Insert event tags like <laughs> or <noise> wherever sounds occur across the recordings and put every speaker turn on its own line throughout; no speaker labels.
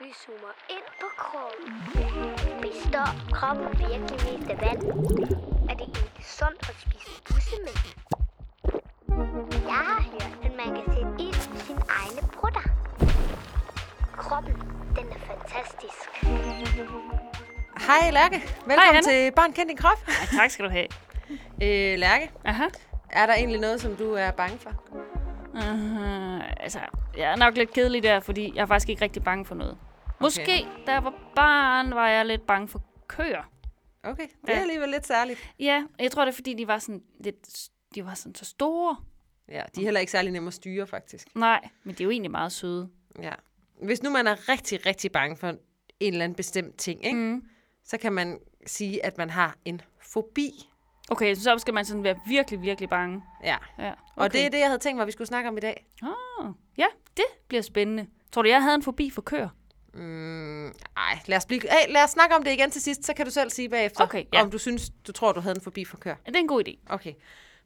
Vi zoomer ind på kroppen. Består kroppen virkelig mest af vand? Er det egentlig sundt at spise bussemænd? Jeg har hørt, at man kan sætte ild i sine egne brutter. Kroppen, den er fantastisk.
Hej Lærke, velkommen
Anne.
til Barn kendt din krop.
Ej, tak skal du have.
Øh, Lærke,
Aha.
er der egentlig noget, som du er bange for?
Uh, altså, jeg er nok lidt kedelig der, fordi jeg er faktisk ikke rigtig bange for noget. Måske, da jeg var barn, var jeg lidt bange for køer.
Okay, det
Ja.
er alligevel lidt særligt.
Ja, jeg tror, det er, fordi de var sådan lidt... De var sådan så store.
Ja, de er heller ikke særlig nemme at styre, faktisk.
Nej, men de er jo egentlig meget søde.
Ja. Hvis nu man er rigtig, rigtig bange for en eller anden bestemt ting, ikke? Mm. så kan man sige, at man har en fobi.
Okay, så skal man sådan være virkelig, virkelig bange.
Ja.
Ja,
Okay. Og det er det, jeg havde tænkt mig, at vi skulle snakke om i dag.
Ah, ja, det bliver spændende. Tror du, jeg havde en forbi for køer?
Mm, Ej, lad os, blive... Ej, lad os snakke om det igen til sidst, så kan du selv sige bagefter,
Okay, ja.
om du synes, du tror, du havde en fobi for kør.
Er det en god idé?
Okay.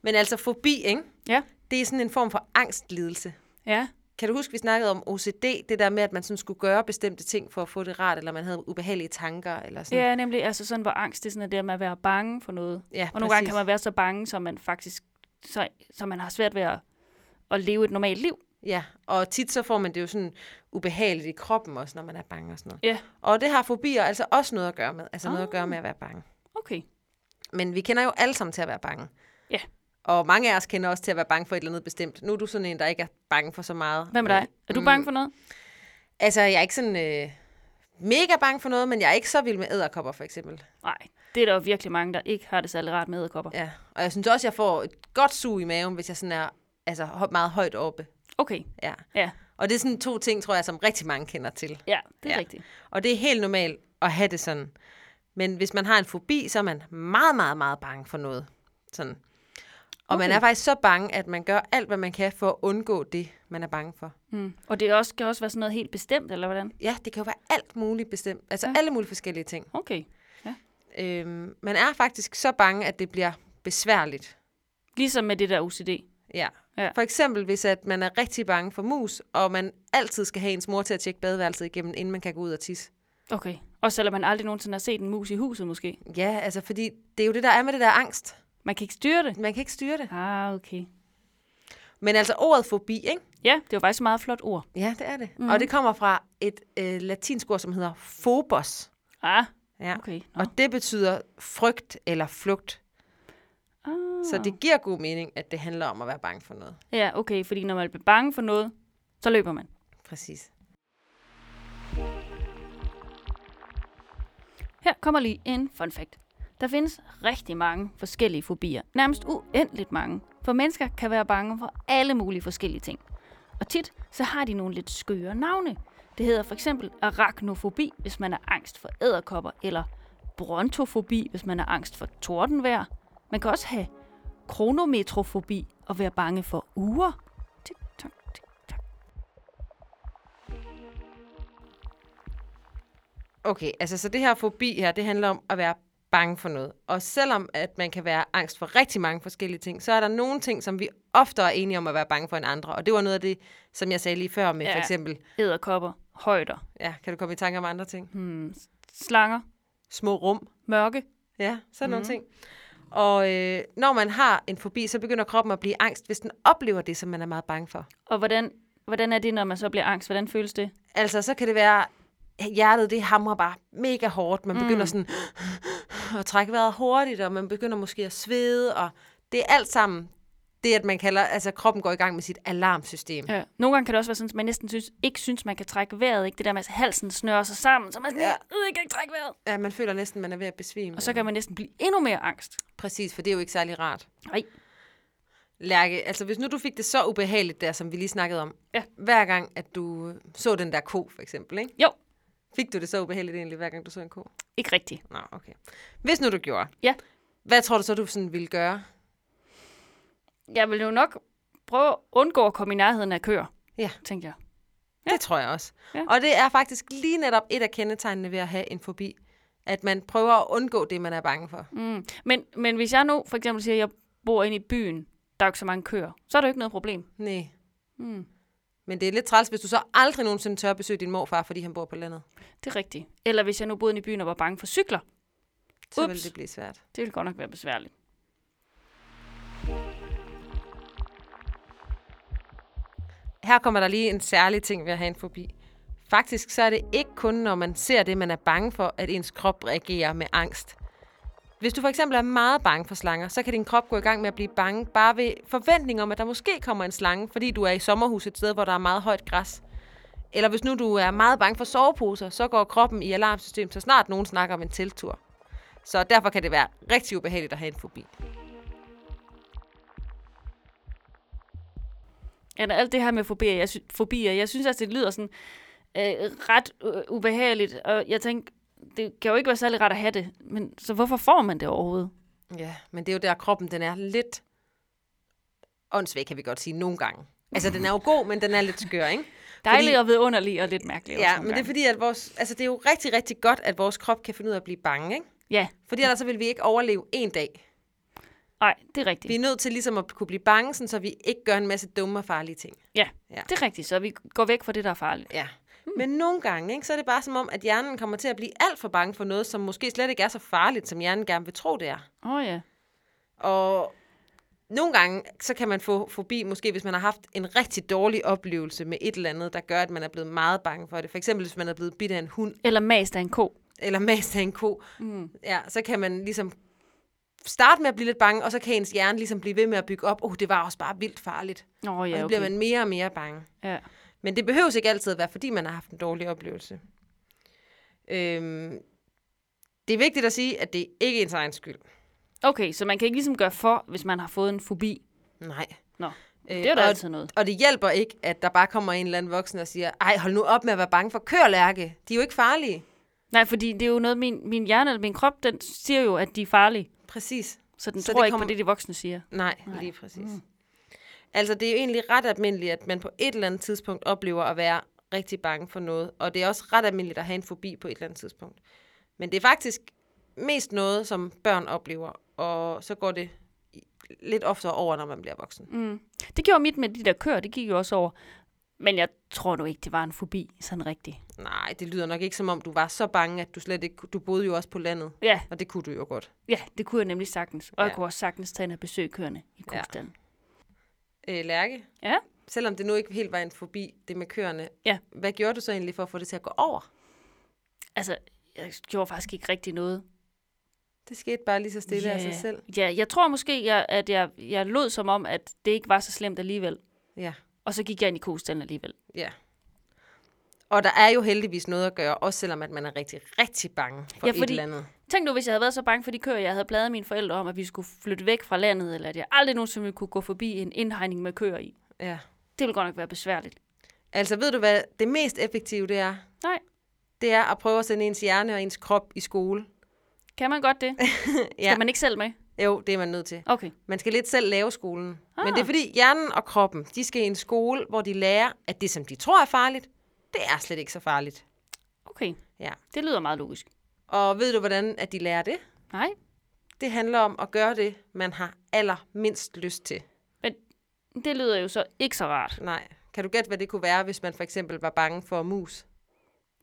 Men altså fobi, ikke?
Ja.
det er sådan en form for angstlidelse.
Ja.
Kan du huske, vi snakkede om OCD, det der med, at man sådan skulle gøre bestemte ting for at få det rart, eller man havde ubehagelige tanker, eller sådan.
Ja, nemlig, altså sådan, hvor angst det er sådan, at det er med at være bange for noget.
Mm. Ja,
og nogle gange
præcis.
kan man være så bange, så man faktisk så, så man har svært ved at, at leve et normalt liv.
ja. Og tit så får man det jo sådan ubehageligt i kroppen også, når man er bange og sådan noget.
Ja,
Og det har fobier altså også noget at gøre med, altså noget at
Ah.
gøre med at være bange.
okay.
Men vi kender jo alle sammen til at være bange.
Ja.
Og mange af os kender også til at være bange for et eller andet bestemt. Nu er du sådan en, der ikke er bange for så meget.
Hvad med dig? Er du
Mm.
bange for noget?
Altså, jeg er ikke sådan øh, mega bange for noget, men jeg er ikke så vild med æderkopper, for eksempel.
Nej, det er der jo virkelig mange, der ikke har det særlig rart med æderkopper. Ja.
Ja, og jeg synes også, jeg får et godt sug i maven, hvis jeg sådan er altså, hø- meget højt oppe.
Okay,
Ja.
ja,
Og det er sådan to ting, tror jeg, som rigtig mange kender til.
ja, det er
Ja.
ja. rigtigt.
Og det er helt normalt at have det sådan. Men hvis man har en fobi, så er man meget, meget, meget bange for noget. Sådan. Og okay. man
Okay.
er faktisk så bange, at man gør alt, hvad man kan for at undgå det, man er bange for.
Mm. Og det er også, kan også være sådan noget helt bestemt, eller hvordan?
Ja, det kan jo være alt muligt bestemt. Altså ja.
Ja.
alle mulige forskellige ting.
Okay.
Øhm, man er faktisk så bange, at det bliver besværligt.
Ligesom med det der OCD.
Ja. ja.
Ja.
For eksempel, hvis at man er rigtig bange for mus, og man altid skal have ens mor til at tjekke badeværelset igennem, inden man kan gå ud og tisse.
Okay. Og selvom man aldrig nogensinde har set en mus i huset, måske.
Ja, altså fordi det er jo det, der er med det der angst.
Man kan ikke styre det.
Man kan ikke styre det.
Ah, okay.
Men altså ordet fobi, ikke?
Ja, det var faktisk et meget flot ord.
Ja, det er det. Mm. Og det kommer fra et øh, latinsk ord, som hedder phobos.
Ah,
Ja.
okay. Nå.
Og det betyder frygt eller flugt.
Ah.
Så det giver god mening, at det handler om at være bange for noget.
Ja, okay, fordi når man bliver bange for noget, så løber man.
Præcis.
Her kommer lige en fun fact. Der findes rigtig mange forskellige fobier. Nærmest uendeligt mange. For mennesker kan være bange for alle mulige forskellige ting. Og tit, så har de nogle lidt skøre navne. Det hedder for eksempel arachnofobi, hvis man er angst for æderkopper, eller brontofobi, hvis man er angst for tordenvejr. Man kan også have kronometrofobi og være bange for uger. Tik, tak, tik, tak.
Okay, altså så det her fobi her, det handler om at være bange for noget. Og selvom at man kan være angst for rigtig mange forskellige ting, så er der nogle ting, som vi oftere er enige om at være bange for end andre. Og det var noget af det, som jeg sagde lige før med ja. for
Ja.
eksempel,
Æderkopper, højder,
ja, kan du komme i tanke om andre ting? Hmm.
slanger,
Små rum,
mørke.
ja, sådan mm. nogle ting. Og øh, når man har en fobi, så begynder kroppen at blive angst, hvis den oplever det, som man er meget bange for.
Og hvordan, hvordan er det, når man så bliver angst? Hvordan føles det?
Altså, så kan det være, hjertet det hamrer bare mega hårdt. Man begynder
Mm.
sådan <gasps> at trække vejret hurtigt, og man begynder måske at svede, og det er alt sammen det, at man kalder, altså kroppen går i gang med sit alarmsystem. Ja.
Ja. Nogle gange kan det også være sådan, at man næsten synes, ikke synes, man kan trække vejret. Ikke? Det der med, at altså, halsen snører sig sammen, så man sådan,
Ja.
ja. jeg kan ikke trække vejret.
ja man føler næsten, man er ved at besvime.
Og så kan man næsten blive endnu mere angst.
Præcis, for det er jo ikke særlig rart.
Nej.
Lærke, altså hvis nu du fik det så ubehageligt der, som vi lige snakkede om,
Ja.
hver gang, at du så den der ko, for eksempel, ikke?
Jo,
fik du det så ubehageligt egentlig, hver gang du så en ko?
ikke rigtigt.
Nå, okay. Hvis nu du gjorde,
Ja.
hvad tror du så, du sådan ville gøre?
Jeg vil jo nok prøve at undgå at komme i nærheden af køer,
Ja.
tænkte jeg.
Ja. Det tror jeg også. Ja.
Ja.
Og det er faktisk lige netop et af kendetegnene ved at have en fobi. At man prøver at undgå det, man er bange for. Mm.
Mm. Men, men hvis jeg nu for eksempel siger, at jeg bor inde i byen, der er jo ikke så mange køer, så er der jo ikke noget problem.
Nej.
Mm.
Men det er lidt træls, hvis du så aldrig nogensinde tør besøge din morfar, fordi han bor på landet.
Det er rigtigt. Eller hvis jeg nu boede inde i byen og var bange for cykler.
Så Ups. vil
Ups.
det blive svært.
Det ville godt nok være besværligt.
Her kommer der lige en særlig ting ved at have en fobi. Faktisk så er det ikke kun, når man ser det, man er bange for, at ens krop reagerer med angst. Hvis du for eksempel er meget bange for slanger, så kan din krop gå i gang med at blive bange bare ved forventning om, at der måske kommer en slange, fordi du er i sommerhus et sted, hvor der er meget højt græs. Eller hvis nu du er meget bange for soveposer, så går kroppen i alarmsystem, så snart nogen snakker om en teltur. Så derfor kan det være rigtig ubehageligt at have en fobi.
Eller alt det her med fobier, jeg, sy- fobier, jeg synes altså, det lyder sådan øh, ret øh, ubehageligt. Og jeg tænker, det kan jo ikke være særlig rart at have det. Men så hvorfor får man det overhovedet?
Ja, men det er jo der, kroppen den er lidt åndssvag, kan vi godt sige, nogle gange. Altså, den er jo god, men den er lidt skør,
<laughs>
ikke?
Dejligt og vidunderligt og lidt mærkeligt. også
Ja,
nogle
men det er
gange.
fordi, at vores, altså, det er jo rigtig, rigtig godt, at vores krop kan finde ud af at blive bange, ikke?
Ja,
Fordi ellers så vil vi ikke overleve en dag.
nej, det er
Vi er
rigtigt.
nødt til ligesom at kunne blive bange, sådan, så vi ikke gør en masse dumme og farlige ting.
Ja,
Ja.
det er rigtigt. Så vi går væk fra det, der er farligt.
Ja. Men nogle gange, ikke, så er det bare som om, at hjernen kommer til at blive alt for bange for noget, som måske slet ikke er så farligt, som hjernen gerne vil tro, det er.
Åh oh, ja.
Og nogle gange, så kan man få fobi, måske hvis man har haft en rigtig dårlig oplevelse med et eller andet, der gør, at man er blevet meget bange for det. For eksempel, hvis man er blevet bidt af en hund,
Eller mast af en ko.
eller <laughs> mast af en ko.
Mm.
Ja, så kan man ligesom starte med at blive lidt bange, og så kan ens hjerne ligesom blive ved med at bygge op, åh, oh, det var også bare vildt farligt.
Åh oh,
Og
ja,
så
okay.
bliver man mere og mere bange.
ja.
Men det behøves ikke altid at være, fordi man har haft en dårlig oplevelse. Øhm, det er vigtigt at sige, at det ikke er ens egen skyld.
Okay, så man kan ikke ligesom gøre for, hvis man har fået en fobi.
Nej.
Nå,
Øh,
det er da
og-
altid noget.
Og det hjælper ikke, at der bare kommer en eller anden voksen og siger, ej, hold nu op med at være bange for kørlærke. De er jo ikke farlige.
Nej, fordi det er jo noget, min, min hjerne eller min krop, den siger jo, at de er farlige.
Præcis.
Så den
Så
så tror
det
ikke
kommer-
på det, de voksne siger.
Nej, Nej. lige præcis. Mm. Altså, det er jo egentlig ret almindeligt, at man på et eller andet tidspunkt oplever at være rigtig bange for noget. Og det er også ret almindeligt at have en fobi på et eller andet tidspunkt. Men det er faktisk mest noget, som børn oplever. Og så går det i- lidt oftere over, når man bliver voksen. Mm.
Det gjorde mit med de der køer, det gik jo også over. Men jeg tror nu ikke, det var en fobi, sådan rigtig.
Nej, det lyder nok ikke som om, du var så bange, at du slet ikke... Du boede jo også på landet.
Ja,
Og det kunne du jo godt.
ja det kunne jeg nemlig sagtens. Og ja.
Ja.
jeg kunne også sagtens tage ind og besøge køerne i
Ja.
kostanden.
øh, Lærke,
Ja. ja.
selvom det nu ikke helt var en forbi, det med køerne,
Ja.
hvad gjorde du så egentlig for at få det til at gå over?
altså, jeg gjorde faktisk ikke rigtig noget.
Det skete bare lige så stille yeah. af
Ja.
sig selv.
Ja, jeg tror måske, jeg, at jeg, jeg lod som om, at det ikke var så slemt alligevel.
Ja,
Og så gik jeg ind i kostanden alligevel.
ja. Og der er jo heldigvis noget at gøre, også selvom at man er rigtig, rigtig bange for
Ja,
ja, fordi... et
fordi-
eller andet.
Tænk nu, hvis jeg havde været så bange for de køer, jeg havde pladet mine forældre om, at vi skulle flytte væk fra landet, eller at jeg aldrig nogensinde ville kunne gå forbi en indhegning med køer i.
Ja.
Det ville godt nok være besværligt.
Altså ved du, hvad det mest effektive det er?
Nej,
Det er at prøve at sende ens hjerne og ens krop i skole.
kan man godt det?
<laughs> ja,
Skal man ikke selv med?
jo, det er man nødt til.
Okay.
Man skal lidt selv lave skolen. Ah. Men det er
Ah.
fordi hjernen og kroppen, de skal i en skole, hvor de lærer, at det, som de tror er farligt, det er slet ikke så farligt.
Okay,
Ja.
det lyder meget logisk.
Og ved du, hvordan at de lærer det?
Nej,
Det handler om at gøre det, man har allermindst lyst til.
men det lyder jo så ikke så rart.
Nej. Kan du gætte, hvad det kunne være, hvis man for eksempel var bange for mus?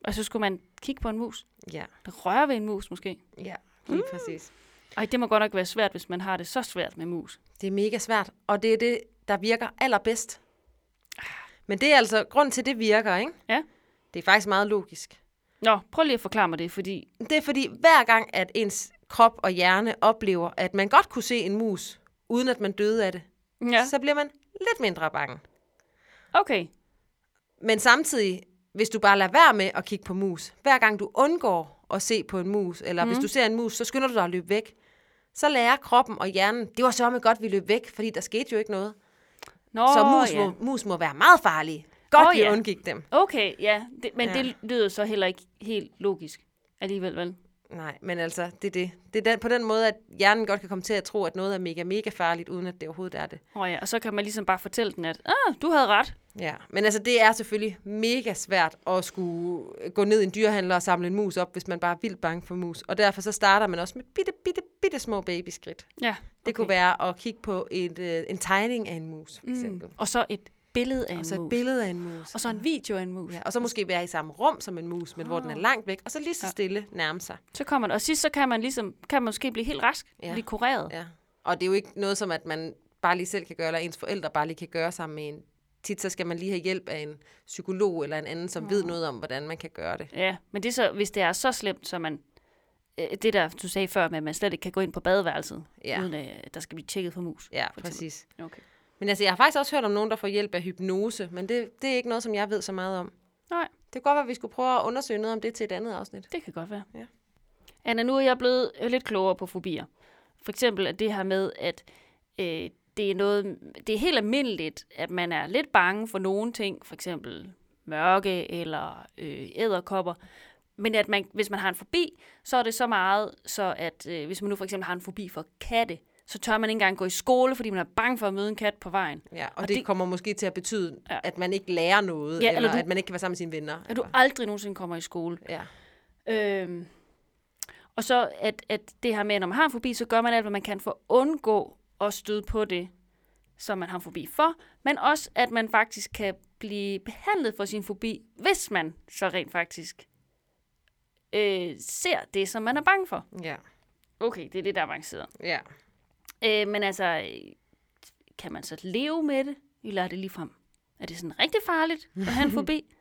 Og så skulle man kigge på en mus.
Ja,
Røre ved en mus måske.
ja lige mm. præcis.
Ej, det må godt nok være svært, hvis man har det så svært med mus.
Det er mega svært, og det er det, der virker allerbedst. Men det er altså grund til, det virker, ikke?
Ja.
Det er faktisk meget logisk.
Nå, prøv lige at forklare mig det, fordi...
Det er fordi, hver gang, at ens krop og hjerne oplever, at man godt kunne se en mus, uden at man døde af det,
Ja,
så bliver man lidt mindre bange.
okay.
Men samtidig, hvis du bare lader være med at kigge på mus, hver gang du undgår at se på en mus, eller
Mhm.
mm. hvis du ser en mus, så skynder du dig at løbe væk. Så lærer kroppen og hjernen, det var så med godt, vi løb væk, fordi der skete jo ikke noget.
Nå,
Oh, så mus,
ja.
må, mus må være meget farlige. Godt,
Åh,
oh, vi
ja.
undgik dem.
Okay, ja, det, men
Ja.
ja. det lyder så heller ikke helt logisk alligevel, vel?
Nej, men altså, det er det. Det er den, på den måde, at hjernen godt kan komme til at tro, at noget er mega, mega farligt, uden at det overhovedet er det.
Åh oh, ja, og så kan man ligesom bare fortælle den, at ah, du havde ret.
Ja, men altså, det er selvfølgelig mega svært at skulle øh, gå ned i en dyrehandler og samle en mus op, hvis man bare er vildt bange for mus. Og derfor så starter man også med bitte, bitte, bitte små babyskridt.
Ja,
Det okay. kunne være at kigge på et, øh, en tegning af en mus, for eksempel.
Og så et billede af en
Og så et
Mm. mus.
billede af en mus.
Og så en video af en mus.
Ja, og så måske være i samme rum som en mus, men hvor
Ah.
den er langt væk, og så lige så stille nærme sig.
Så kommer det. Og sidst så kan man ligesom, kan man måske blive helt rask,
Ja.
ja. blive kureret. Ja.
Ja. Og det er jo ikke noget som, at man bare lige selv kan gøre, eller ens forældre bare lige kan gøre sammen med en. Tit så skal man lige have hjælp af en psykolog eller en anden, som ved
Ah.
noget om, hvordan man kan gøre det.
ja. men det er så, hvis det er så slemt, så man, øh, det der, du sagde før, med at man slet ikke kan gå ind på badeværelset,
Ja.
ja. uden at øh, der skal blive tjekket for mus.
Ja,
for eksempel.
præcis.
Okay.
Men altså, jeg har faktisk også hørt om nogen, der får hjælp af hypnose, men det, det er ikke noget, som jeg ved så meget om.
Nej,
Det kan godt være, at vi skulle prøve at undersøge noget om det til et andet afsnit.
det kan godt være.
Ja.
Anna, nu er jeg blevet øh, lidt klogere på fobier. For eksempel at det her med, at øh, det, er noget, det er helt almindeligt, at man er lidt bange for nogle ting, for eksempel mørke eller øh, æderkopper, men at man, hvis man har en fobi, så er det så meget, så at øh, hvis man nu for eksempel har en fobi for katte, så tør man ikke engang gå i skole, fordi man er bange for at møde en kat på vejen.
Ja, og, og
Og
det, det
det-
kommer måske til at betyde, ja.
Ja.
at man ikke lærer noget,
Ja,
ja, eller,
eller
eller
du-
at man ikke kan være sammen med sine venner.
At du
eller-
aldrig nogensinde kommer i skole.
Ja.
Øhm, og så at, at det her med, at når man har en fobi, så gør man alt, hvad man kan for at undgå at støde på det, som man har en fobi for, men også, at man faktisk kan blive behandlet for sin fobi, hvis man så rent faktisk øh, ser det, som man er bange for.
ja,
Okay, det er det, der er avanceret.
ja.
Øh, men altså, øh, kan man så leve med det, eller er det ligefrem? Er det sådan rigtig farligt at <laughs> have en fobi?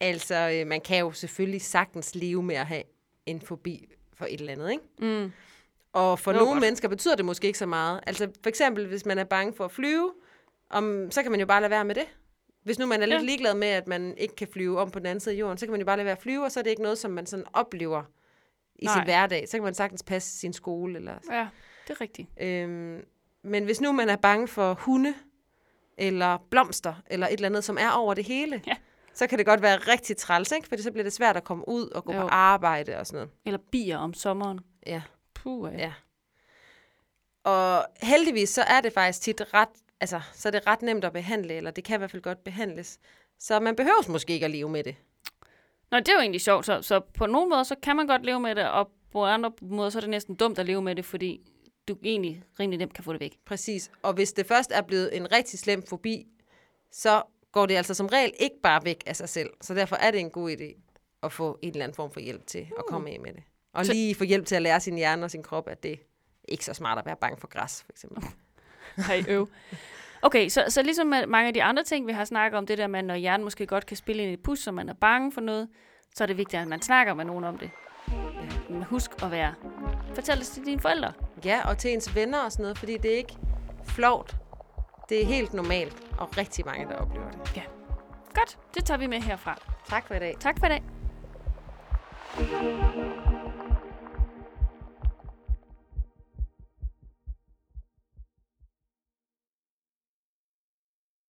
Altså, øh, man kan jo selvfølgelig sagtens leve med at have en fobi for et eller andet, ikke?
Mm.
Og for
Jo,
nogle
godt.
mennesker betyder det måske ikke så meget. Altså, for eksempel, hvis man er bange for at flyve, om, så kan man jo bare lade være med det. Hvis nu man er lidt
Ja.
ligeglad med, at man ikke kan flyve om på den anden side af jorden, så kan man jo bare lade være at flyve, og så er det ikke noget, som man sådan oplever i Nej. sin
Nej.
hverdag. Så kan man sagtens passe sin skole eller
Ja, det er rigtigt.
Øhm, men hvis nu man er bange for hunde, eller blomster, eller et eller andet, som er over det hele,
Ja.
så kan det godt være rigtig træls, ikke? Fordi så bliver det svært at komme ud og gå jo. på
Jo.
arbejde og sådan noget.
Eller bier om sommeren.
Ja.
Puh,
Ja. Og heldigvis så er det faktisk tit ret, altså, så er det ret nemt at behandle, eller det kan i hvert fald godt behandles. Så man behøver måske ikke at leve med det.
Nå, det er jo egentlig sjovt. Så, så på nogle måder, så kan man godt leve med det, og på andre måder, så er det næsten dumt at leve med det, fordi du egentlig rimelig nemt kan få det væk.
Præcis. Og hvis det først er blevet en rigtig slem fobi, så går det altså som regel ikke bare væk af sig selv. Så derfor er det en god idé at få en eller anden form for hjælp til at komme af med det. Og
Så-
lige få hjælp til at lære sin hjerne og sin krop, at det er ikke så smart at være bange for græs, for eksempel.
Hej, øv. Okay, så, så ligesom med mange af de andre ting, vi har snakket om, det der med, når hjernen måske godt kan spille ind i et pus, så man er bange for noget, så er det vigtigt, at man snakker med nogen om det. Men husk at være. Fortæl det til dine forældre.
Ja, og til ens venner og sådan noget, fordi det er ikke flovt. Det er helt normalt, og rigtig mange, der oplever det.
Ja. Godt, det tager vi med herfra.
Tak for i dag.
Tak for i dag.